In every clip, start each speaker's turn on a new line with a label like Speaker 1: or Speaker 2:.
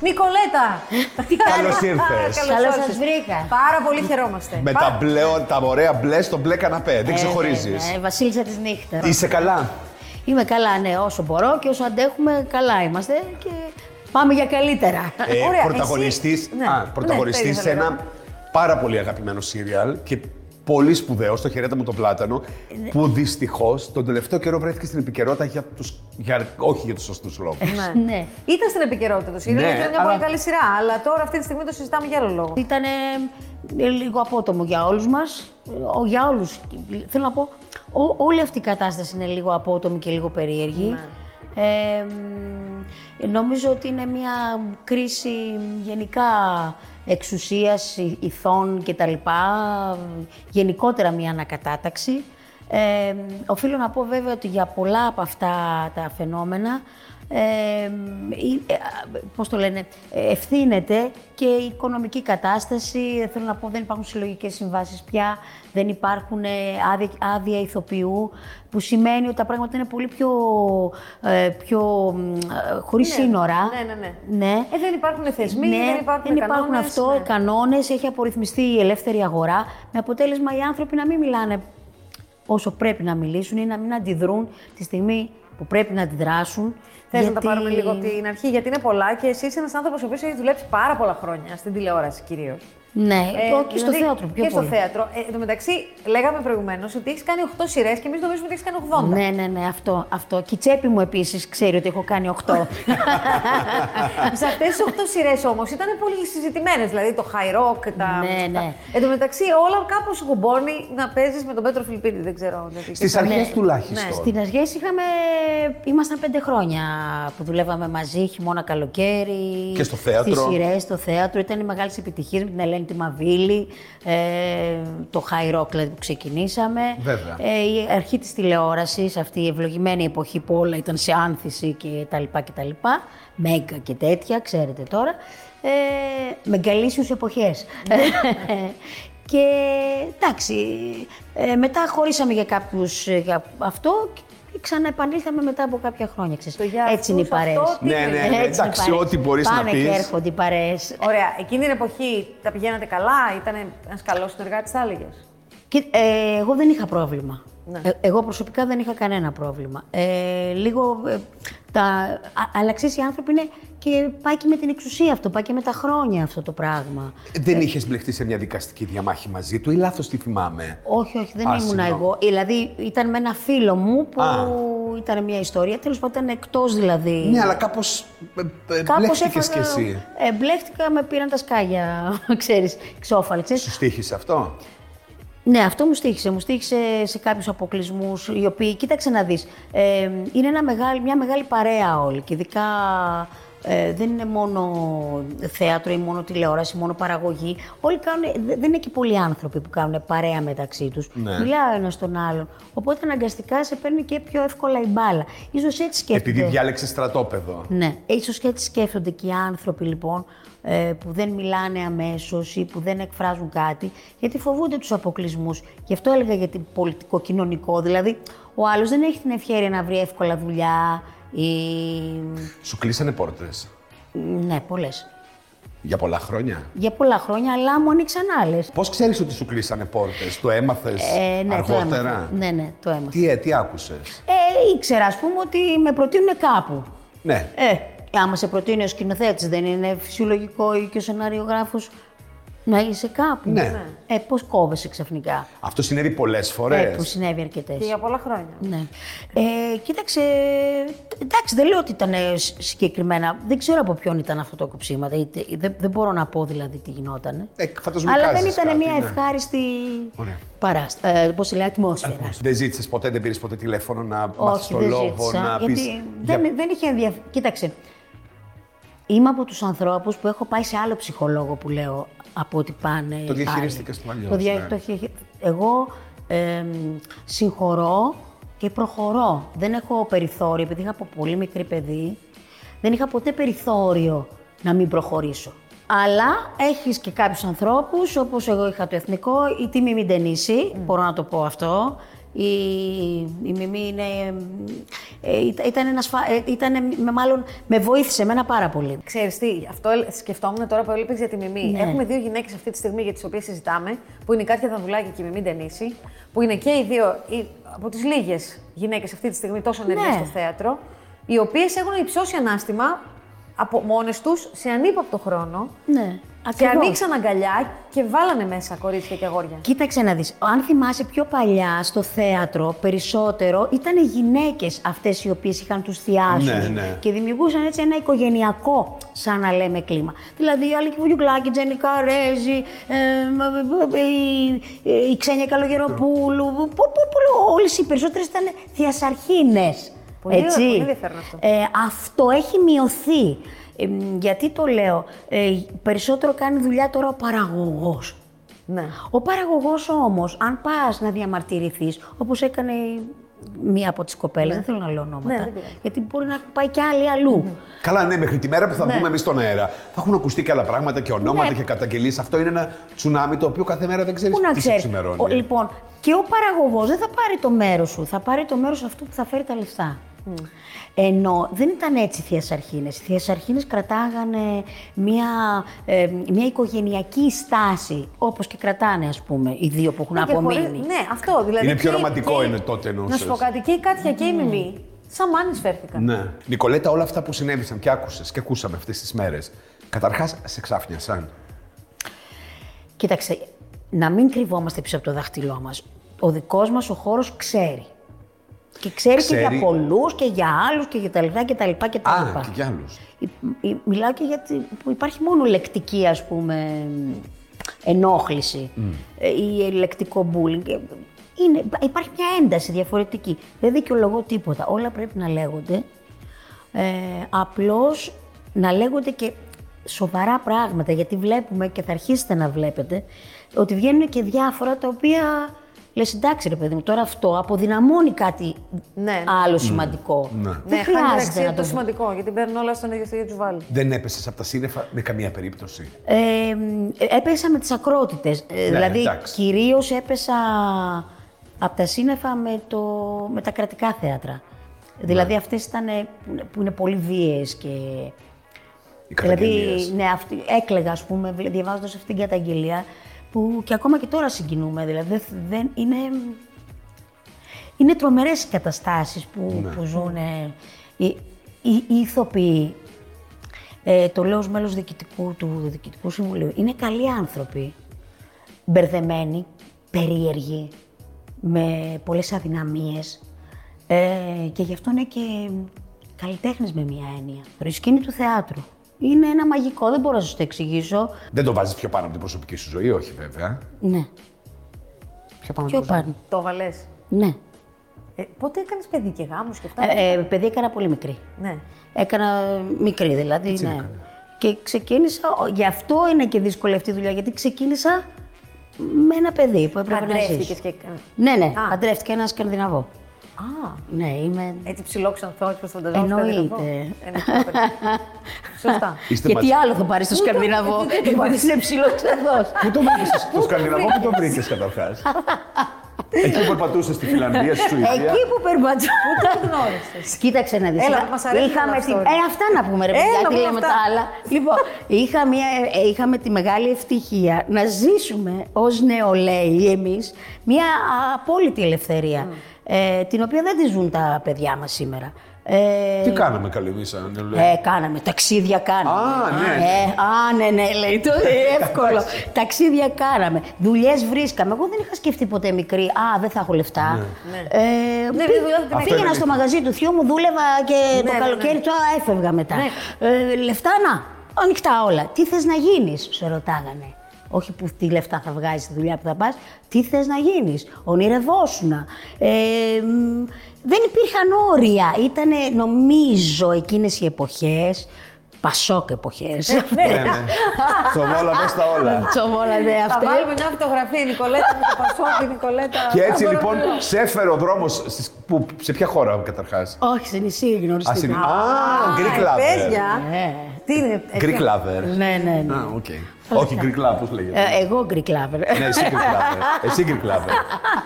Speaker 1: Νικολέτα! Τι
Speaker 2: Ε, Καλώς
Speaker 1: κάνεις?
Speaker 2: ήρθες.
Speaker 1: Α, καλώς
Speaker 3: Καλώς
Speaker 1: όρισες.
Speaker 3: σας βρήκα.
Speaker 1: Πάρα πολύ χαιρόμαστε.
Speaker 2: Με
Speaker 1: Πάρα-
Speaker 2: τα, μπλε, τα ωραία μπλε στο μπλε καναπέ. Δεν ξεχωρίζεις.
Speaker 3: Ε, ναι. βέβαια, βασίλισσα της νύχτας.
Speaker 2: Είσαι καλά.
Speaker 3: Είμαι καλά, ναι, όσο μπορώ και όσο αντέχουμε, καλά είμαστε και πάμε για καλύτερα.
Speaker 2: Ε.
Speaker 1: Ωραία,
Speaker 2: πρωταγωνιστής,
Speaker 1: εσύ- ναι.
Speaker 2: α,
Speaker 1: Ναι,
Speaker 2: πρωταγωνιστής
Speaker 1: το ίδιο
Speaker 2: σε
Speaker 1: θα
Speaker 2: ένα
Speaker 1: λέγαμε.
Speaker 2: πάρα πολύ αγαπημένο σύριαλ και πολύ σπουδαίο, στο χαιρέτα μου τον Πλάτανο,
Speaker 3: Ε,
Speaker 2: που δυστυχώς τον τελευταίο καιρό βρέθηκε στην επικαιρότητα για τους, για, όχι για τους σωστούς λόγους.
Speaker 3: ναι.
Speaker 1: Ήταν στην επικαιρότητα το σύριαλ,
Speaker 2: Ναι,
Speaker 1: ήταν μια
Speaker 2: αλλά-
Speaker 1: πολύ καλή σειρά. Αλλά τώρα αυτή τη στιγμή το συζητάμε για άλλο λόγο.
Speaker 3: Ήταν ε, λίγο απότομο για όλους μας, Ε, Ο- για όλους. Θέλω να πω, ό- όλη αυτή η κατάσταση είναι λίγο απότομη και λίγο περίεργη. Ε, μ, νομίζω ότι είναι μια κρίση γενικά εξουσίας, ι- ηθών κτλ. Γενικότερα μια ανακατάταξη. Ε, μ, οφείλω να πω βέβαια ότι για πολλά από αυτά τα φαινόμενα ε, μ, ή- ε, α, πώς το λένε, ε, ευθύνεται και η οικονομική κατάσταση. Ε, Θέλω να πω, δεν υπάρχουν συλλογικές συμβάσεις πια, δεν υπάρχουν ε, άδεια, άδεια ηθοποιού, που σημαίνει ότι τα πράγματα είναι πολύ πιο, ε, πιο μ, ε, χωρίς σύνορα.
Speaker 1: ναι, ναι, ναι.
Speaker 3: ναι.
Speaker 1: Ε, δεν υπάρχουν θεσμοί,
Speaker 3: Ναι,
Speaker 1: δεν υπάρχουν,
Speaker 3: δεν υπάρχουν
Speaker 1: κανόνες,
Speaker 3: αυτό,
Speaker 1: ναι.
Speaker 3: οι κανόνες, έχει απορριθμιστεί η ελεύθερη αγορά, με αποτέλεσμα οι άνθρωποι να μην μιλάνε όσο πρέπει να μιλήσουν ή να μην αντιδρούν τη στιγμή που πρέπει να αντιδράσουν.
Speaker 1: Θες να τα
Speaker 3: γιατί-
Speaker 1: πάρουμε λίγο από την αρχή, γιατί είναι πολλά και εσύ είσαι ένας άνθρωπος ο οποίος έχει δουλέψει πάρα πολλά χρόνια στην τηλεόραση κυρίως.
Speaker 3: Ναι,
Speaker 1: Ε,
Speaker 3: το- και στο
Speaker 1: δηλαδή,
Speaker 3: θέατρο πιο
Speaker 1: και
Speaker 3: πολύ.
Speaker 1: στο θέατρο. Ε, εν τω μεταξύ, λέγαμε προηγουμένως ότι έχεις κάνει 8 σειρές και εμείς νομίζουμε ότι έχεις κάνει 80.
Speaker 3: Ναι, ναι, ναι, αυτό, αυτό. Και η τσέπη μου επίσης ξέρει ότι έχω κάνει 8.
Speaker 1: Σε αυτές τις 8 σειρές όμως ήταν πολύ συζητημένες. Δηλαδή το high rock, τα.
Speaker 3: Ναι, ναι.
Speaker 1: τα- Εν τω μεταξύ, όλα κάπως σου κουμπώνει να παίζεις με τον Πέτρο Φιλιππίδη. Δεν ξέρω. Δηλαδή,
Speaker 2: Στις
Speaker 1: και-
Speaker 2: αρχές
Speaker 3: Ναι.
Speaker 2: τουλάχιστον.
Speaker 3: Στην Αργέ είχαμε. ήμασταν πέντε χρόνια που δουλεύαμε μαζί, χειμώνα, καλοκαίρι.
Speaker 2: Και στο θέατρο.
Speaker 3: Στις σειρές, στο θέατρο. Ήταν οι μεγάλες επιτυχίες με την Ελένη τη Μαβίλη, ε, το High Rock δηλαδή, που ξεκινήσαμε.
Speaker 2: Βέβαια.
Speaker 3: Ε, η αρχή της τηλεόρασης, αυτή η ευλογημένη εποχή που όλα ήταν σε άνθηση και τα λοιπά και τα λοιπά. Μέγκα και τέτοια, ξέρετε τώρα. Ε, μεγαλήσιους εποχές. και εντάξει, ε, μετά χωρίσαμε για κάποιους ε, για αυτό και ξαναεπανήλθαμε μετά από κάποια χρόνια. ξέρεις.
Speaker 1: Το για
Speaker 3: Έτσι είναι οι
Speaker 1: αυτούς,
Speaker 3: παρέες.
Speaker 1: αυτό τι
Speaker 2: Ναι,
Speaker 1: είναι.
Speaker 2: ναι.
Speaker 3: Έτσι είναι οι
Speaker 2: εντάξει,
Speaker 3: παρέες.
Speaker 2: ό,τι μπορείς να
Speaker 3: Πάνε
Speaker 2: πεις.
Speaker 3: και έρχονται οι παρέες.
Speaker 1: Ωραία, εκείνη την εποχή τα πηγαίνατε καλά, ήταν ένας καλός συνεργάτης, θα έλεγες.
Speaker 3: Και, ε, εγώ δεν είχα πρόβλημα.
Speaker 1: Ναι.
Speaker 3: Ε, εγώ προσωπικά δεν είχα κανένα πρόβλημα. Ε, λίγο. Ε, τα, α- αλλά ξέρεις, οι άνθρωποι είναι. και πάει και με την εξουσία αυτό, πάει και με τα χρόνια αυτό το πράγμα.
Speaker 2: Δεν είχες μπλεχτεί σε μια δικαστική διαμάχη μαζί του ή λάθος τη θυμάμαι.
Speaker 3: Όχι, όχι, δεν
Speaker 2: Α,
Speaker 3: ήμουνα
Speaker 2: συγγνώμη.
Speaker 3: εγώ. Δηλαδή ήταν με ένα φίλο μου που
Speaker 2: Α.
Speaker 3: ήταν μια ιστορία. Τέλος πάντων, ήταν εκτός δηλαδή.
Speaker 2: Ναι, αλλά κάπως. Μπλέχτηκε κι εσύ.
Speaker 3: Ε, μπλέχτηκα, με πήραν τα σκάγια, ξέρεις, ξόφαλξες.
Speaker 2: Σου στήχησε αυτό.
Speaker 3: Ναι, αυτό μου στήχησε. Μου στήχησε σε κάποιους αποκλεισμούς, οι οποίοι, κοίταξε να δεις, ε, είναι ένα μεγάλη, μια μεγάλη παρέα όλοι. Και ειδικά ε, δεν είναι μόνο θέατρο ή μόνο τηλεόραση, μόνο παραγωγή. Όλοι κάνουν, δε- δεν είναι και πολλοί άνθρωποι που κάνουν παρέα μεταξύ τους.
Speaker 2: Ναι.
Speaker 3: Μιλάω ένας τον άλλον. Οπότε αναγκαστικά σε παίρνει και πιο εύκολα η μπάλα. Ίσως έτσι σκέφτεται.
Speaker 2: Επειδή διάλεξε στρατόπεδο.
Speaker 3: Ναι, ίσως και έτσι σκέφτονται και οι άνθρωποι λοιπόν ε, που δεν μιλάνε αμέσως ή που δεν εκφράζουν κάτι, γιατί φοβούνται τους αποκλεισμούς. Γι' αυτό έλεγα για την πολιτικοκοινωνικό, δηλαδή ο άλλος δεν έχει την ευχαίρεια να βρει εύκολα δουλειά ή...
Speaker 2: Σου κλείσανε πόρτες.
Speaker 3: Ναι, πολλές.
Speaker 2: Για πολλά χρόνια.
Speaker 3: Για πολλά χρόνια, αλλά μου ανοίξαν άλλες.
Speaker 2: Πώς ξέρεις ότι σου κλείσανε πόρτες, το έμαθες
Speaker 3: Ε, ναι, Το
Speaker 2: αργότερα.
Speaker 3: έμαθα. Ναι, ναι, το έμαθα.
Speaker 2: Τι, ε, τι άκουσες.
Speaker 3: Ε, ήξερα, ας πούμε, ότι με προτείνουν κάπου.
Speaker 2: Ναι.
Speaker 3: Ε, άμα σε προτείνει ο σκηνοθέτης, δεν είναι φυσιολογικό ή και ο σενάριογράφος να είσαι κάπου.
Speaker 2: Ναι.
Speaker 3: Ε, πώς κόβεσαι ξαφνικά.
Speaker 2: Αυτό συνέβη πολλές
Speaker 3: Ε,
Speaker 2: φορέ.
Speaker 3: που συνέβη αρκετές.
Speaker 1: Και για πολλά χρόνια.
Speaker 3: Ναι. Ε, κοίταξε. Εντάξει, δεν λέω ότι ήταν ε, σ- συγκεκριμένα. Δεν ξέρω από ποιον ήταν αυτό το κοψίμα. Δεν, δεν- δεν μπορώ να πω δηλαδή τι γινόταν.
Speaker 2: Ε, φαντάζομαι
Speaker 3: Αλλά δεν
Speaker 2: κάζεις
Speaker 3: ήταν
Speaker 2: κάτι,
Speaker 3: μια
Speaker 2: ναι.
Speaker 3: ευχάριστη
Speaker 2: Ωραία.
Speaker 3: παράσταση. Ε, Πώς λέει, ατμόσφαιρα.
Speaker 2: Δεν ζήτησες ποτέ, δεν πήρες ποτέ τηλέφωνο να μάθει
Speaker 3: Όχι,
Speaker 2: το
Speaker 3: δεν
Speaker 2: λόγο,
Speaker 3: ζήτησα,
Speaker 2: να πει.
Speaker 3: γιατί δεν, δεν είχε ενδιαφέρον. Κοίταξε, είμαι από τους ανθρώπους που έχω πάει σε άλλο ψυχολόγο που λέω από ότι πάνε
Speaker 2: Το
Speaker 3: άλλοι.
Speaker 2: διαχειρίστηκες του αλλιώς,
Speaker 3: Το δια-
Speaker 2: ναι.
Speaker 3: το χε- Εγώ εμ, συγχωρώ και προχωρώ. Δεν έχω περιθώριο, επειδή είχα από πολύ μικρή παιδί, δεν είχα ποτέ περιθώριο να μην προχωρήσω. Αλλά έχεις και κάποιους ανθρώπους, όπως εγώ είχα το εθνικό, η τιμή μην ταινίσει, μπορώ να το πω αυτό. Η, η Μιμή είναι, ε, ήταν- ήταν, ένας φα- ε, ήταν με, μάλλον, με βοήθησε εμένα πάρα πολύ.
Speaker 1: Ξέρεις τι, αυτό ελ- σκεφτόμουν τώρα που έλειπες για τη Μιμή.
Speaker 3: Ναι.
Speaker 1: Έχουμε δύο γυναίκες αυτή τη στιγμή για τις οποίες συζητάμε, που είναι η Κάτια Δανδουλάκη και η Μιμή Ντενίση, που είναι και οι δύο οι- από τις λίγες γυναίκες αυτή τη στιγμή τόσο ενεργέ
Speaker 3: Ναι.
Speaker 1: στο θέατρο, οι οποίες έχουν υψώσει ανάστημα από μόνες τους σε ανύπαπτο χρόνο.
Speaker 3: Ναι,
Speaker 1: Και
Speaker 3: ακριβώς.
Speaker 1: ανοίξαν αγκαλιά και βάλανε μέσα κορίτσια και αγόρια.
Speaker 3: Κοίταξε να δεις, αν θυμάσαι πιο παλιά στο θέατρο περισσότερο ήταν οι γυναίκες αυτές οι οποίες είχαν τους θειάσους
Speaker 2: Ναι, ναι.
Speaker 3: και δημιουργούσαν έτσι ένα οικογενειακό σαν να λέμε κλίμα. Δηλαδή η Αλίκη Βουγιουκλάκη, η Τζένι Καρέζη, ε, μ, μ, μ, η, η Ξένια Καλογεροπούλου,
Speaker 1: Ναι.
Speaker 3: πο- πο- πο- όλες οι περισσότερες ήταν θειασαρχίνες.
Speaker 1: Πολύ ωραίο,
Speaker 3: έτσι.
Speaker 1: πολύ ενδιαφέρον αυτό.
Speaker 3: Ε, αυτό έχει μειωθεί. Ε, μ, γιατί το λέω, ε, περισσότερο κάνει δουλειά τώρα ο παραγωγός.
Speaker 1: Ναι.
Speaker 3: Ο παραγωγός όμως, αν πας να διαμαρτυρηθείς, όπως έκανε η- μία από τις κοπέλες, δεν θέλω να λέω
Speaker 1: Ναι,
Speaker 3: ονόματα,
Speaker 1: δεν πειράζει.
Speaker 3: γιατί μπορεί να πάει και άλλη αλλού.
Speaker 2: Καλά, ναι, μέχρι τη μέρα που θα βγούμε εμείς στον αέρα. Θα έχουν ακουστεί και άλλα πράγματα και ονόματα
Speaker 3: Ναι.
Speaker 2: και καταγγελίες. Αυτό είναι ένα τσουνάμι το οποίο κάθε μέρα δεν ξέρεις
Speaker 3: Πού να
Speaker 2: τι σε
Speaker 3: ξέρεις.
Speaker 2: ξημερώνει.
Speaker 3: Ο- λοιπόν, και ο παραγωγός δεν θα πάρει το μέρος σου, θα πάρει το μέρος αυτού που θα φέρει τα λεφτά.
Speaker 1: Ναι.
Speaker 3: Ενώ δεν ήταν έτσι οι θεασαρχίνες. Οι θεασαρχίνες κρατάγανε μια, ε, μια οικογενειακή στάση, όπως και κρατάνε ας πούμε οι δύο που έχουν
Speaker 1: Και χωρίς-
Speaker 3: απομείνει.
Speaker 1: Ναι, αυτό δηλαδή.
Speaker 2: Είναι πιο
Speaker 1: και-
Speaker 2: ρομαντικό
Speaker 1: και-
Speaker 2: είναι τότε, εννοούσες.
Speaker 1: Να σου πω κάτι, και η Κάτια και η
Speaker 3: Ναι.
Speaker 1: Μιμή, σαν μάνε φέρθηκαν.
Speaker 2: Ναι. Νικολέτα, όλα αυτά που συνέβησαν και άκουσες και ακούσαμε αυτές τις μέρες. Καταρχάς, σε ξάφνιασαν.
Speaker 3: Κοίταξε, να μην κρυβόμαστε πίσω από το δάχτυλό μας. Ο δικός μας ο χώρος ξέρει. Και ξέρει, και
Speaker 2: Ξέρει.
Speaker 3: για πολλούς και για άλλους και για τα λοιπά και τα λοιπά και τα
Speaker 2: Α,
Speaker 3: λοιπά.
Speaker 2: και κι άλλου.
Speaker 3: Υ- υ- Μιλάω και για τη- που υπάρχει μόνο λεκτική, ας πούμε, ενόχληση ε, ή λεκτικό bullying. Ε, Είναι, υπάρχει μια ένταση διαφορετική. Δεν δικαιολογώ τίποτα. Όλα πρέπει να λέγονται. Ε, απλώς να λέγονται και σοβαρά πράγματα, γιατί βλέπουμε και θα αρχίσετε να βλέπετε ότι βγαίνουν και διάφορα τα οποία λες εντάξει ρε παιδί μου, τώρα αυτό αποδυναμώνει κάτι
Speaker 1: Ναι.
Speaker 3: άλλο σημαντικό.
Speaker 2: Ναι.
Speaker 1: Ναι,
Speaker 3: Δεν
Speaker 1: χάνει
Speaker 3: χρειάζεται
Speaker 1: την
Speaker 3: να
Speaker 1: αξία
Speaker 3: το
Speaker 1: το σημαντικό, γιατί παίρνουν όλα στον ίδιο χέρι του βάλει.
Speaker 2: Δεν έπεσες από τα σύννεφα με καμία περίπτωση.
Speaker 3: Ε, μ, έπεσα με τις ακρότητες. Ε, δηλαδή,
Speaker 2: εντάξει.
Speaker 3: κυρίως έπεσα από τα σύννεφα με, το, με τα κρατικά θέατρα. Δηλαδή, αυτές ήταν που, είναι- που είναι πολύ βίαιες και...
Speaker 2: Οι
Speaker 3: Δηλαδή,
Speaker 2: καταγγελίε.
Speaker 3: ναι, αυτή, έκλεγα, ας πούμε, βλέ- διαβάζοντας αυτή την καταγγελία, που και ακόμα και τώρα συγκινούμε. Δηλαδή, δεν, δεν είναι... Είναι τρομερές οι καταστάσεις που, που ζουν ε, οι, οι, οι ηθοποιοί. Ε, το λέω ως μέλος διοικητικού, του Διοικητικού Συμβουλίου. Είναι καλοί άνθρωποι, μπερδεμένοι, περίεργοι, με πολλές αδυναμίες. Ε, και γι' αυτό είναι και καλλιτέχνες με μία έννοια. Το σκηνή του θεάτρου. Είναι ένα μαγικό, δεν μπορώ να σας το εξηγήσω.
Speaker 2: Δεν το βάζεις πιο πάνω από την προσωπική σου ζωή, όχι βέβαια.
Speaker 3: Ναι,
Speaker 2: Πιο πάνω.
Speaker 3: πιο
Speaker 2: από την
Speaker 3: πάνω.
Speaker 1: Το βαλέ.
Speaker 3: Ναι.
Speaker 1: Ε, πότε έκανες παιδί και γάμους και αυτά.
Speaker 3: Ε, ε, παιδί έκανα πολύ μικρή.
Speaker 1: ναι.
Speaker 3: Έκανα μικρή δηλαδή, ναι. Και ξεκίνησα, ο- γι' αυτό είναι και δύσκολη αυτή η δουλειά, γιατί ξεκίνησα με ένα παιδί που έπρεπε να
Speaker 1: Αντρέφτηκε
Speaker 3: ζήσει.
Speaker 1: και.
Speaker 3: Ναι, ναι,
Speaker 1: Α.
Speaker 3: παντρεύτηκα ένα Σκανδιναβό.
Speaker 1: Α,
Speaker 3: Ναι, είμαι...
Speaker 1: έτσι ψηλόξενθο, έτσι πως φανταζόμουν.
Speaker 3: Εννοείται.
Speaker 1: Σωστά.
Speaker 2: Είστε
Speaker 3: και
Speaker 2: μαζί.
Speaker 3: τι άλλο θα πάρεις στο Σκανδιναβό, επειδή είσαι ψηλοξενδός.
Speaker 2: Πού το βρήκε το Σκανδιναβό, πού το βρήκες καταρχάς. Εκεί που πατούσε στη Φιλανδία, στη Σουηδία.
Speaker 3: Εκεί που περπατώ.
Speaker 1: Πού το γνώρισες.
Speaker 3: Κοίταξε να δεις.
Speaker 1: Έλα, μας αρέσουν
Speaker 3: είχαμε
Speaker 1: τα
Speaker 3: την...
Speaker 1: story.
Speaker 3: Ε, αυτά να πούμε, ρε
Speaker 1: Έλα,
Speaker 3: παιδιά, τι
Speaker 1: πούμε
Speaker 3: λέμε
Speaker 1: αυτά.
Speaker 3: τα άλλα. λοιπόν, είχα μια, ε, είχαμε τη μεγάλη ευτυχία να ζήσουμε ως νεολαίοι εμείς μια απόλυτη ελευθερία,
Speaker 1: Mm.
Speaker 3: ε, την οποία δεν τη ζουν τα παιδιά μας σήμερα. Ε,
Speaker 2: Τι κάναμε καλή εμείς, αν λέω.
Speaker 3: ε, κάναμε, ταξίδια κάναμε.
Speaker 2: Α, ναι, ναι.
Speaker 3: Ε, α, ναι, ναι, λέει, το είναι εύκολο. ταξίδια κάναμε, δουλειές βρίσκαμε. Εγώ δεν είχα σκεφτεί ποτέ μικρή, α, δεν θα έχω λεφτά.
Speaker 1: Ναι.
Speaker 3: Ε,
Speaker 1: Ναι,
Speaker 3: πή-
Speaker 1: βέβαια, δεν την
Speaker 2: έχεις.
Speaker 3: πήγαινα στο μαγαζί του θειού μου, δούλευα και
Speaker 1: Ναι, ναι,
Speaker 3: το καλοκαίρι
Speaker 1: ναι.
Speaker 3: του, α, έφευγα μετά. Ε, λεφτά, να, ανοιχτά όλα. Τι θες να γίνεις, σε ρωτάγανε. Όχι που τι λεφτά θα βγάζεις τη δουλειά που θα πας, τι θες να γίνεις, ονειρευόσουνα. Ε, μ, δεν υπήρχαν όρια, ήταν νομίζω εκείνες οι εποχές Πασόκ εποχές.
Speaker 1: Ε,
Speaker 2: Ναι, ναι. Τσοβόλα, πες τα όλα.
Speaker 3: Τσοβόλα δε
Speaker 1: Θα
Speaker 3: Ε, αυτά.
Speaker 1: βάλουμε μια φωτογραφία η Νικολέτα με το Πασόκ, η Νικολέτα.
Speaker 2: Και έτσι
Speaker 1: Θα
Speaker 2: λοιπόν
Speaker 1: μπορούμε-
Speaker 2: σε έφερε ο δρόμος. Σε ποια χώρα καταρχάς.
Speaker 3: Όχι, σε νησί
Speaker 2: Α,
Speaker 3: γνωριστήκαμε.
Speaker 2: είναι. Α,
Speaker 3: ε,
Speaker 2: Greek
Speaker 1: Α,
Speaker 2: lover.
Speaker 1: Ε, Παιδιά.
Speaker 3: Ναι.
Speaker 1: Τι είναι. ε,
Speaker 2: Greek lover.
Speaker 3: Ναι, ναι, ναι.
Speaker 2: Α, οκ. Όχι, Greek love, πώς λέγεται.
Speaker 3: Ε, εγώ Greek lover.
Speaker 2: Ναι, εσύ Greek lover. Εσύ Greek lover.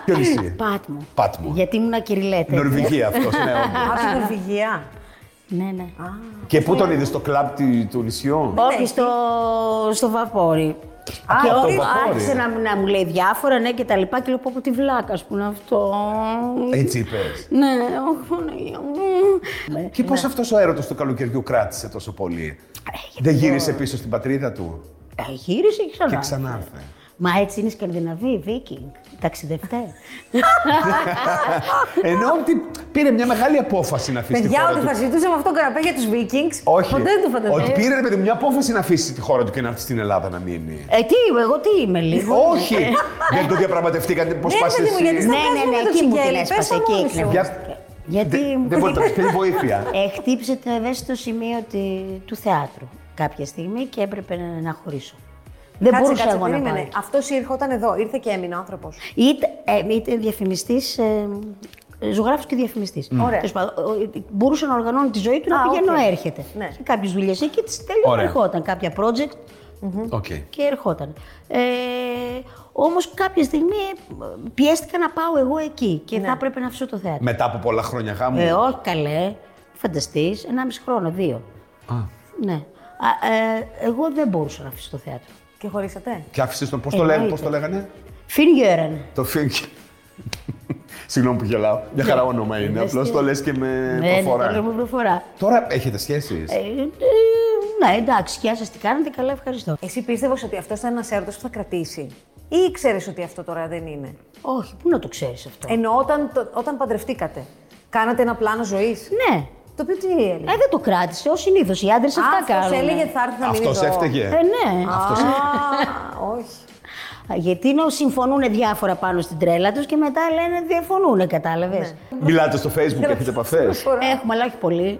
Speaker 2: Ποιο
Speaker 1: Ε,
Speaker 2: εσύ.
Speaker 3: Πάτμο.
Speaker 2: Πάτμο.
Speaker 3: Γιατί ήμουν κυριλέτε.
Speaker 2: Νορβηγία αυτός, ναι, όντως.
Speaker 1: Από την Νορβηγία.
Speaker 3: Ναι, ναι.
Speaker 2: Και πού τον είδες στο κλαμπ τη- του νησιού.
Speaker 3: Όχι, στο, στο βαπόρι.
Speaker 1: Ναι, Α,
Speaker 3: και
Speaker 1: το
Speaker 3: όχι,
Speaker 2: βαπόρι.
Speaker 3: άρχισε να, να μου λέει διάφορα, ναι και τα λοιπά. Και λέω πω πω τη βλάκα, που είναι αυτό.
Speaker 1: Ε,
Speaker 2: Έτσι είπες.
Speaker 3: Ναι, όχι, Παναγία μου.
Speaker 1: Ε,
Speaker 2: Και
Speaker 1: ναι.
Speaker 2: πώ αυτός ο έρωτος του καλοκαιριού κράτησε τόσο πολύ. Δεν γύρισε πίσω στην πατρίδα του.
Speaker 3: Ε, Γύρισε και ξανά.
Speaker 2: Και ξανάρθε.
Speaker 3: Μα έτσι είναι οι Σκανδιναβοί, οι Βίκινγκ, οι ταξιδευτές.
Speaker 2: Ενώ ότι πήρε μια μεγάλη απόφαση να αφήσει τη
Speaker 1: Παιδιά,
Speaker 2: χώρα
Speaker 1: ότι
Speaker 2: του.
Speaker 1: θα συζητούσαμε αυτόν τον καναπέ για τους Vikings.
Speaker 2: Όχι.
Speaker 1: Ποτέ δεν το
Speaker 2: Ότι
Speaker 1: φανταζόμουν.
Speaker 2: πήρε ρε παιδί μου, μια απόφαση να αφήσει τη χώρα του και να έρθει στην Ελλάδα να μείνει.
Speaker 3: ε, τι είμαι, εγώ τι είμαι λίγο.
Speaker 2: Όχι! Δεν το διαπραγματευτήκατε. Πώς
Speaker 1: Ε. Ναι,
Speaker 2: πας
Speaker 1: παιδί μου, γιατί
Speaker 2: εσύ.
Speaker 1: στα-
Speaker 3: ναι, ναι, ναι,
Speaker 1: βγάζουμε
Speaker 3: εκεί
Speaker 1: το
Speaker 3: μου την
Speaker 1: τσιγγέλι,
Speaker 3: έσπασε,
Speaker 1: πες το
Speaker 3: εκεί
Speaker 1: μόνη σου.
Speaker 3: εκνευρίστηκε. Γιατί
Speaker 2: Δεν
Speaker 3: μου...
Speaker 2: δεν μπορείτε να θέλει βοήθεια.
Speaker 3: Ε, χτύπησε το ευαίσθητο σημείο τη- του θεάτρου κάποια στιγμή και έπρεπε να, να χωρίσω. Δεν
Speaker 1: Κάτσε,
Speaker 3: μπορούσα
Speaker 1: κάτσε,
Speaker 3: εγώ να
Speaker 1: περίμενε.
Speaker 3: πάω.
Speaker 1: Αυτό ήρχονταν εδώ, ήρθε και έμεινε ο άνθρωπος.
Speaker 3: Ήταν, ε, ήταν διαφημιστής. Ε, Ζωγράφος και διαφημιστής.
Speaker 1: Ωραία.
Speaker 3: Μπορούσε να οργανώνει τη ζωή του να
Speaker 1: Α,
Speaker 3: πηγαίνω
Speaker 1: οκ.
Speaker 3: έρχεται.
Speaker 1: Ναι.
Speaker 3: Και κάποιες δουλειές εκεί τι τέλειως
Speaker 2: Ωραία.
Speaker 3: ερχόταν. Κάποια project
Speaker 2: Οκ.
Speaker 3: και ερχόταν. Ε, Όμως κάποια στιγμή ε, πιέστηκα να πάω εγώ εκεί και
Speaker 1: Ναι.
Speaker 3: θα έπρεπε να αφήσω το θέατρο.
Speaker 2: Μετά από πολλά χρόνια γάμου.
Speaker 3: Ε, όχι καλέ, φανταστείς, ενάμιση χρόνο, δύο. Ναι. Α, ε, εγώ δεν μπορούσα να αφήσω το θέατρο.
Speaker 1: Και χωρίσατε.
Speaker 2: Και άφησες τον. Πώς το λέγανε,
Speaker 3: Ε, Εννοείται.
Speaker 2: πώς το λέγανε.
Speaker 3: Φινγκέραν.
Speaker 2: Το Φίνκ. Συγγνώμη που γελάω. Μια χαρά όνομα είναι.
Speaker 3: Δες
Speaker 2: Απλώ
Speaker 3: τι-
Speaker 2: το λες και με
Speaker 3: Ναι, το λέω
Speaker 2: προφορά.
Speaker 3: με προφορά.
Speaker 2: Τώρα έχετε σχέσεις.
Speaker 3: Ε, ε, ναι, εντάξει, γεια σα, τι κάνετε, καλά, ευχαριστώ.
Speaker 1: Εσύ πίστευες ότι αυτός ήταν ένας έρωτας που θα κρατήσει. Ή ήξερες ότι αυτό τώρα δεν είναι.
Speaker 3: Όχι, πού να το ξέρεις αυτό.
Speaker 1: Ενώ όταν, το- όταν παντρευτήκατε, κάνατε ένα πλάνο ζωής.
Speaker 3: ναι,
Speaker 1: Το οποίο τι έλεγε.
Speaker 3: ε, δεν το κράτησε, ω συνήθως. Οι άντρες αυτά
Speaker 1: Αυτός
Speaker 3: κάνουν.
Speaker 1: έλεγε θα έρθει να μείνει
Speaker 2: Αυτός
Speaker 1: εδώ.
Speaker 2: έφταιγε.
Speaker 3: Ε, ναι.
Speaker 1: Α, όχι.
Speaker 3: Γιατί νο συμφωνούν διάφορα πάνω στην τρέλα τους και μετά λένε διαφωνούν, κατάλαβες.
Speaker 1: Ναι.
Speaker 2: Μιλάτε στο facebook
Speaker 3: Ναι.
Speaker 2: και έχετε επαφές.
Speaker 1: Ε, Ωραία.
Speaker 3: Έχουμε, αλλά όχι πολύ.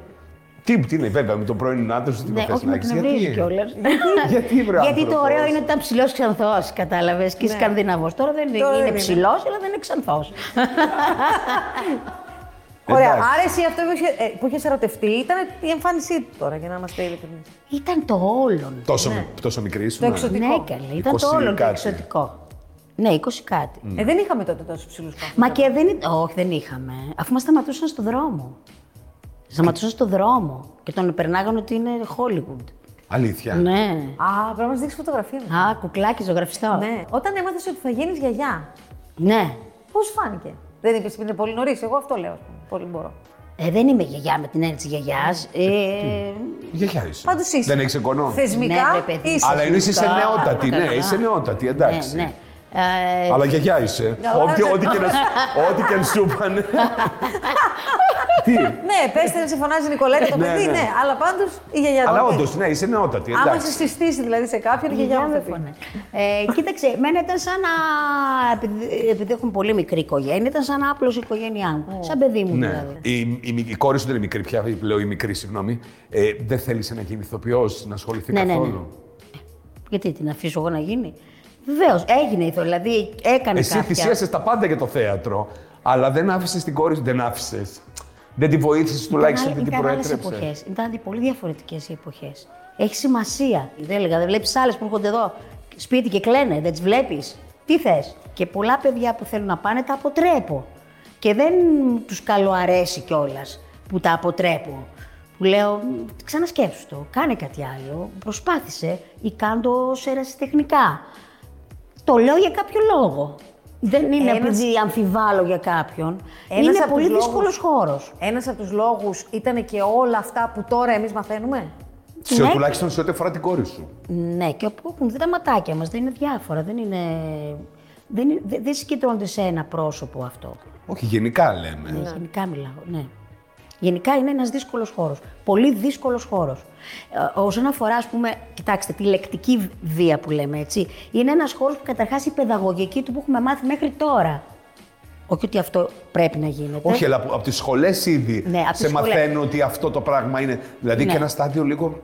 Speaker 2: Τι, τι είναι, βέβαια, με τον πρώην άντρα σου την
Speaker 3: Ναι,
Speaker 2: προχθές
Speaker 3: όχι
Speaker 2: να
Speaker 3: με
Speaker 2: έχεις.
Speaker 3: πνευρίζει
Speaker 2: Γιατί?
Speaker 3: κιόλας.
Speaker 2: Γιατί, βρε,
Speaker 3: Γιατί το
Speaker 2: άνθρωπος.
Speaker 3: ωραίο είναι ότι ήταν ψηλός ξανθός, κατάλαβες. Και σκανδιναβός. Τώρα δεν
Speaker 1: Ναι. Τώρα δεν
Speaker 3: είναι
Speaker 1: είναι.
Speaker 3: ψηλός, αλλά δεν είναι ξανθός.
Speaker 1: Ωραία.
Speaker 2: Εντάξει.
Speaker 1: Άρα εσύ αυτό που είχε- ε, που είχες ερωτευτεί ήταν η εμφάνισή του τώρα, για να είμαστε ειλικρινείς.
Speaker 3: Ήταν το όλον.
Speaker 2: Τόσο, τόσο μικρή σου.
Speaker 1: Το εξωτικό.
Speaker 3: Ναι, καλή. Ήταν το
Speaker 2: 20
Speaker 3: όλον το
Speaker 2: κάτι.
Speaker 3: εξωτικό. Ναι, 20 κάτι.
Speaker 1: Ε, δεν είχαμε τότε τόσους ψηλούς παθού.
Speaker 3: Μα και δεν ήταν. Όχι, δεν είχαμε. Αφού μας σταματούσαν στο δρόμο. Σταματούσαν στο δρόμο και τον περνάγανε ότι είναι Hollywood.
Speaker 2: Αλήθεια.
Speaker 3: Ναι.
Speaker 1: Α, πρέπει να μας δείξεις φωτογραφία μου.
Speaker 3: Α, κουκλάκι, ζωγραφιστό.
Speaker 1: Ναι. Όταν έμαθες ότι θα γίνεις γιαγιά,
Speaker 3: Ναι.
Speaker 1: πώς φάνηκε. Δεν είπες είναι πολύ νωρίς. Εγώ αυτό λέω, ας πούμε. Πολύ μπορώ.
Speaker 3: Ε, δεν είμαι γιαγιά με την έννοια της γιαγιάς. Ε,
Speaker 2: Γιαγιάς είσαι.
Speaker 1: Πάντως είσαι.
Speaker 2: Δεν έχει εγγονό.
Speaker 1: Θεσμικά
Speaker 3: Ναι, ρε, παιδί.
Speaker 1: είσαι.
Speaker 2: Αλλά είναι, είσαι
Speaker 3: Καλά,
Speaker 2: νεότατη, ναι,
Speaker 3: καλά.
Speaker 2: είσαι νεότατη, εντάξει.
Speaker 3: ναι, ναι. Ε,
Speaker 2: Αλλά γιαγιά είσαι. Ό,τι- Ό,τι και να σου- ό,τι και αν σου είπανε. Τι.
Speaker 1: Ναι, πέστε να σε φωνάζει η Νικολέτα το
Speaker 2: Ναι,
Speaker 1: παιδί,
Speaker 2: ναι.
Speaker 1: ναι. Αλλά πάντως η γιαγιά
Speaker 2: Αλλά
Speaker 1: του.
Speaker 2: όντως, ναι, είσαι νεότατη,
Speaker 1: Άμα
Speaker 2: εντάξει.
Speaker 1: σε συστήσει δηλαδή σε κάποιον, η γιαγιά μου θα
Speaker 3: με
Speaker 1: πει.
Speaker 3: φωνάζει. Ε, κοίταξε, εμένα ήταν σαν να. Επειδή, επειδή έχουμε πολύ μικρή οικογένεια, ήταν σαν να άπλωσε η οικογένειά μου. Σαν παιδί μου
Speaker 2: Ναι.
Speaker 3: δηλαδή.
Speaker 2: Η, η, μη- η κόρη σου δεν είναι μικρή πια, λέω η μικρή, συγγνώμη. Ε, δεν θέλεις να γίνει ηθοποιός, να ασχοληθεί
Speaker 3: Ναι, ναι, ναι.
Speaker 2: καθόλου.
Speaker 3: Γιατί την αφήσω εγώ να γίνει. Βεβαίως, έγινε ηθο. Δηλαδή έκανε
Speaker 2: Εσύ
Speaker 3: κάποια.
Speaker 2: θυσίασες τα πάντα για το θέατρο, αλλά δεν άφησες την κόρη σου, δεν άφησες. Δεν την βοήθησες τουλάχιστον δεν την προέτρεψε.
Speaker 3: εποχές. Ήταν πολύ διαφορετικές οι εποχές. Έχει σημασία. Δεν έλεγα, δεν βλέπεις άλλες που έρχονται εδώ σπίτι και κλαίνε, δεν τις βλέπεις. Τι θες. Και πολλά παιδιά που θέλουν να πάνε τα αποτρέπω. Και δεν τους καλοαρέσει κιόλας που τα αποτρέπω. Που λέω, «Μ, ξανασκέψου το, κάνε κάτι άλλο, προσπάθησε ή κάντος σε ερασιτεχνικά. Το λέω για κάποιο λόγο. Δεν είναι
Speaker 1: Ένας-
Speaker 3: επειδή αμφιβάλλω για κάποιον.
Speaker 1: Ένας
Speaker 3: είναι
Speaker 1: από
Speaker 3: πολύ
Speaker 1: τους λόγους-
Speaker 3: δύσκολος χώρος.
Speaker 1: Ένας από τους λόγους ήταν και όλα αυτά που τώρα εμείς μαθαίνουμε.
Speaker 2: Σε,
Speaker 3: Ναι.
Speaker 2: τουλάχιστον σε ό,τι αφορά την κόρη σου.
Speaker 3: Ναι, και όπου έχουν δει τα ματάκια μας, δεν είναι διάφορα, δεν είναι... Δεν, είναι- δεν- δεν συγκεντρώνονται σε ένα πρόσωπο αυτό.
Speaker 2: Όχι, γενικά λέμε.
Speaker 3: Γενικά μιλάω, ναι. Γενικά είναι ένας δύσκολος χώρος. Πολύ δύσκολος χώρος. Ε, όσον αφορά, ας πούμε, κοιτάξτε, τη λεκτική βία που λέμε, έτσι, είναι ένας χώρος που καταρχάς η παιδαγωγική του που έχουμε μάθει μέχρι τώρα. Όχι ότι αυτό πρέπει να γίνεται.
Speaker 2: Όχι, αλλά από, τις σχολές ήδη
Speaker 3: Ναι, απ' τις
Speaker 2: σε
Speaker 3: σχολές.
Speaker 1: Ναι.
Speaker 2: μαθαίνω ότι αυτό το πράγμα είναι. Δηλαδή και ένα στάδιο λίγο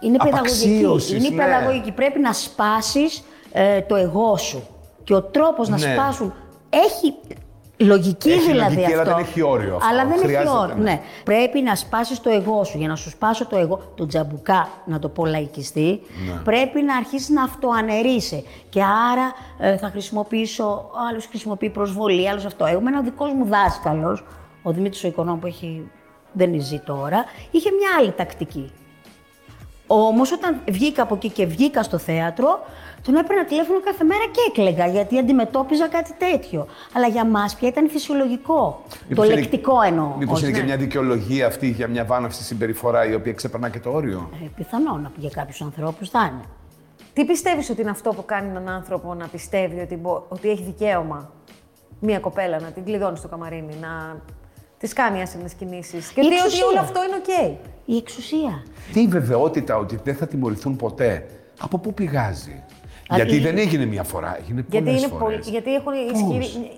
Speaker 3: Είναι
Speaker 2: Απαξίωσης,
Speaker 3: παιδαγωγική. Είναι η
Speaker 2: ναι.
Speaker 3: παιδαγωγική. Πρέπει να σπάσεις το εγώ σου. Και ο τρόπος να
Speaker 2: Ναι.
Speaker 3: σπάσουν. Έχει λογική
Speaker 2: Έχει
Speaker 3: δηλαδή
Speaker 2: λογική, αλλά
Speaker 3: αυτό.
Speaker 2: δεν έχει όριο αυτό.
Speaker 3: Αλλά δεν έχει
Speaker 2: Χρειάζεται,
Speaker 3: όριο.
Speaker 2: ναι.
Speaker 3: Ναι. Πρέπει να σπάσεις το εγώ σου. Για να σου σπάσω το εγώ, το τζαμπουκά, να το πω λαϊκιστή,
Speaker 2: Ναι.
Speaker 3: πρέπει να αρχίσεις να αυτοανερείσαι. Και άρα ε, θα χρησιμοποιήσω. Ο άλλος χρησιμοποιεί προσβολή, άλλος αυτό. Εγώ, ένα δικός μου δάσκαλος, ο Δημήτρης ο Οικονόμου που έχει, δεν ζει τώρα, είχε μια άλλη τακτική. Όμως όταν βγήκα από εκεί και βγήκα στο θέατρο, τον έπαιρνα τηλέφωνο κάθε μέρα και έκλεγα γιατί αντιμετώπιζα κάτι τέτοιο. Αλλά για μας πια ήταν φυσιολογικό.
Speaker 2: Μήπως
Speaker 3: το
Speaker 2: είναι-
Speaker 3: λεκτικό εννοώ.
Speaker 2: Μήπως
Speaker 3: όχι-
Speaker 2: είναι και
Speaker 3: ναι.
Speaker 2: μια δικαιολογία αυτή για μια βάναυση συμπεριφορά η οποία ξεπερνά και το όριο.
Speaker 3: Ε, Πιθανό να για κάποιους ανθρώπους θα είναι.
Speaker 1: Τι πιστεύεις ότι είναι αυτό που κάνει έναν άνθρωπο να πιστεύει ότι, μπο- ότι έχει δικαίωμα μία κοπέλα να την κλειδώνει στο καμαρίνι, να τη κάνει άσχημε κινήσει. Και τι- ότι
Speaker 3: εξουσία.
Speaker 1: όλο αυτό είναι οκ.
Speaker 3: Η εξουσία.
Speaker 2: Τι η βεβαιότητα ότι δεν θα τιμωρηθούν ποτέ. Από πού πηγάζει.
Speaker 3: Α,
Speaker 2: Γιατί
Speaker 3: η-
Speaker 2: δεν έγινε μία φορά, έγινε
Speaker 1: Γιατί,
Speaker 2: πολλές
Speaker 1: είναι πολύ-
Speaker 2: φορές.
Speaker 1: γιατί έχουν ισχυρή.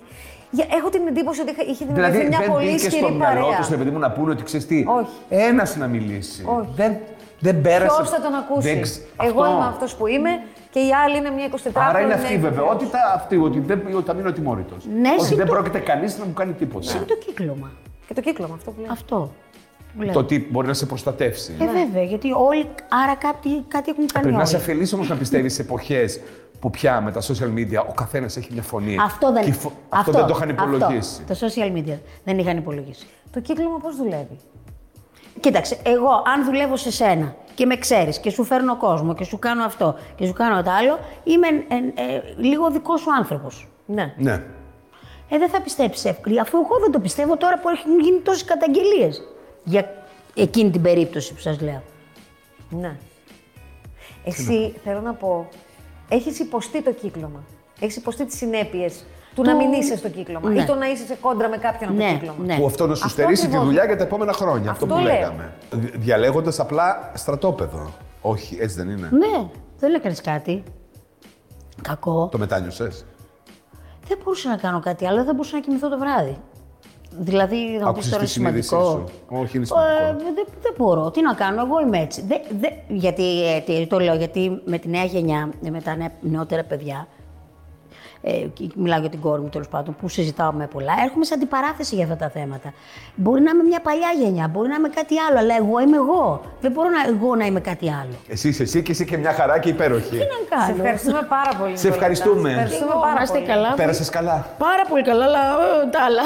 Speaker 1: Για- Έχω την εντύπωση ότι είχα- είχε δημιουργηθεί
Speaker 2: Δηλαδή
Speaker 1: μια
Speaker 2: δεν
Speaker 1: πολύ
Speaker 2: μπήκε στο
Speaker 1: ισχυρή
Speaker 2: μυαλό
Speaker 1: παρέα.
Speaker 2: τους, παιδί μου, να πούνε ότι ξέρεις τι.
Speaker 1: Όχι.
Speaker 2: Ένας να μιλήσει.
Speaker 1: Όχι.
Speaker 2: Δεν, δεν πέρασε.
Speaker 1: Ποιος θα τον ακούσει.
Speaker 2: Δεν ξε-
Speaker 1: Εγώ
Speaker 2: αυτό.
Speaker 1: είμαι αυτός που είμαι και η άλλη είναι μια 24
Speaker 2: Άρα είναι αυτή η βεβαιότητα, αυτή ότι δεν, ότι θα μείνω τιμωρητό.
Speaker 3: Ναι,
Speaker 2: ότι
Speaker 3: συν
Speaker 2: δεν
Speaker 3: το-
Speaker 2: πρόκειται κανείς να μου κάνει τίποτα.
Speaker 3: Είναι το κύκλωμα.
Speaker 1: Και το κύκλωμα αυτό που λέω.
Speaker 3: Αυτό.
Speaker 2: Το
Speaker 3: που λέω.
Speaker 2: ότι μπορεί να σε προστατεύσει.
Speaker 3: Ναι. Ε, βέβαια, γιατί όλοι, άρα κάτι, κάτι έχουν κάνει
Speaker 2: Πρέπει να
Speaker 3: όλοι.
Speaker 2: είσαι αφελή όμως να πιστεύεις σε εποχές που πια με τα social media ο καθένας έχει μια φωνή.
Speaker 3: Αυτό δεν,
Speaker 2: Και η φο- αυτό δεν το είχαν υπολογίσει.
Speaker 3: Αυτό, το social media δεν είχαν υπολογίσει.
Speaker 1: Το κύκλωμα πώς δουλεύει.
Speaker 3: Κοίταξε, εγώ αν δουλεύω σε σένα και με ξέρεις και σου φέρνω κόσμο και σου κάνω αυτό και σου κάνω το άλλο, είμαι ε, ε, ε, λίγο δικός σου άνθρωπος.
Speaker 1: Ναι.
Speaker 2: Ναι.
Speaker 3: Ε, δεν θα πιστέψεις εύκολα, αφού εγώ δεν το πιστεύω τώρα που έχουν γίνει τόσες καταγγελίες για εκείνη την περίπτωση που σας λέω.
Speaker 1: Ναι. Εσύ, θέλω να πω, έχεις υποστεί το κύκλωμα. Έχεις υποστεί τις συνέπειες του να
Speaker 3: Του-
Speaker 1: μην είσαι στο κύκλωμα
Speaker 3: Ναι.
Speaker 1: ή το να είσαι σε κόντρα με κάποιον από το
Speaker 3: Ναι,
Speaker 1: κύκλωμα.
Speaker 3: ναι.
Speaker 2: Που αυτό να σου
Speaker 1: Αυτό
Speaker 2: στερήσει τη
Speaker 1: ακριβώς.
Speaker 2: δουλειά για τα επόμενα χρόνια. Αυτό,
Speaker 1: Αυτό
Speaker 2: που
Speaker 1: λέω.
Speaker 2: λέγαμε. Διαλέγοντας απλά στρατόπεδο. Όχι, έτσι δεν είναι.
Speaker 3: Ναι, δεν έκανε κάτι. Κακό.
Speaker 2: Το μετάνιωσες.
Speaker 3: Δεν μπορούσα να κάνω κάτι άλλο, δεν θα μπορούσα να κοιμηθώ το βράδυ. Δηλαδή, θα μου πεις
Speaker 2: Άκουσες
Speaker 3: τώρα
Speaker 2: τη συνείδησή
Speaker 3: σημαντικό.
Speaker 2: σου. Όχι, είναι
Speaker 3: Ε,
Speaker 2: σημαντικό.
Speaker 3: δεν δεν μπορώ. Τι να κάνω, εγώ είμαι έτσι. Δε, δε, γιατί ε, τι- το λέω, γιατί με τη νέα γενιά, ε, με τα νέα- νεότερα παιδιά, ε, και μιλάω για την κόρη μου τέλος πάντων, που συζητάω με πολλά, έρχομαι σε αντιπαράθεση για αυτά τα θέματα. Μπορεί να είμαι μια παλιά γενιά, μπορεί να είμαι κάτι άλλο, αλλά εγώ είμαι εγώ. Δεν μπορώ να, εγώ να είμαι κάτι άλλο.
Speaker 2: Εσύ είσαι εσύ και εσύ και μια χαρά και υπέροχη.
Speaker 3: Τι να κάνω.
Speaker 1: Σε ευχαριστούμε πάρα πολύ.
Speaker 2: Σε
Speaker 1: Νικολέτα.
Speaker 2: ευχαριστούμε.
Speaker 1: Σε ευχαριστούμε
Speaker 3: Εγώ,
Speaker 1: πάρα
Speaker 3: να είστε
Speaker 1: πολύ.
Speaker 3: καλά.
Speaker 2: Πέρασες καλά.
Speaker 3: Πάρα πολύ καλά, αλλά ε, τα άλλα.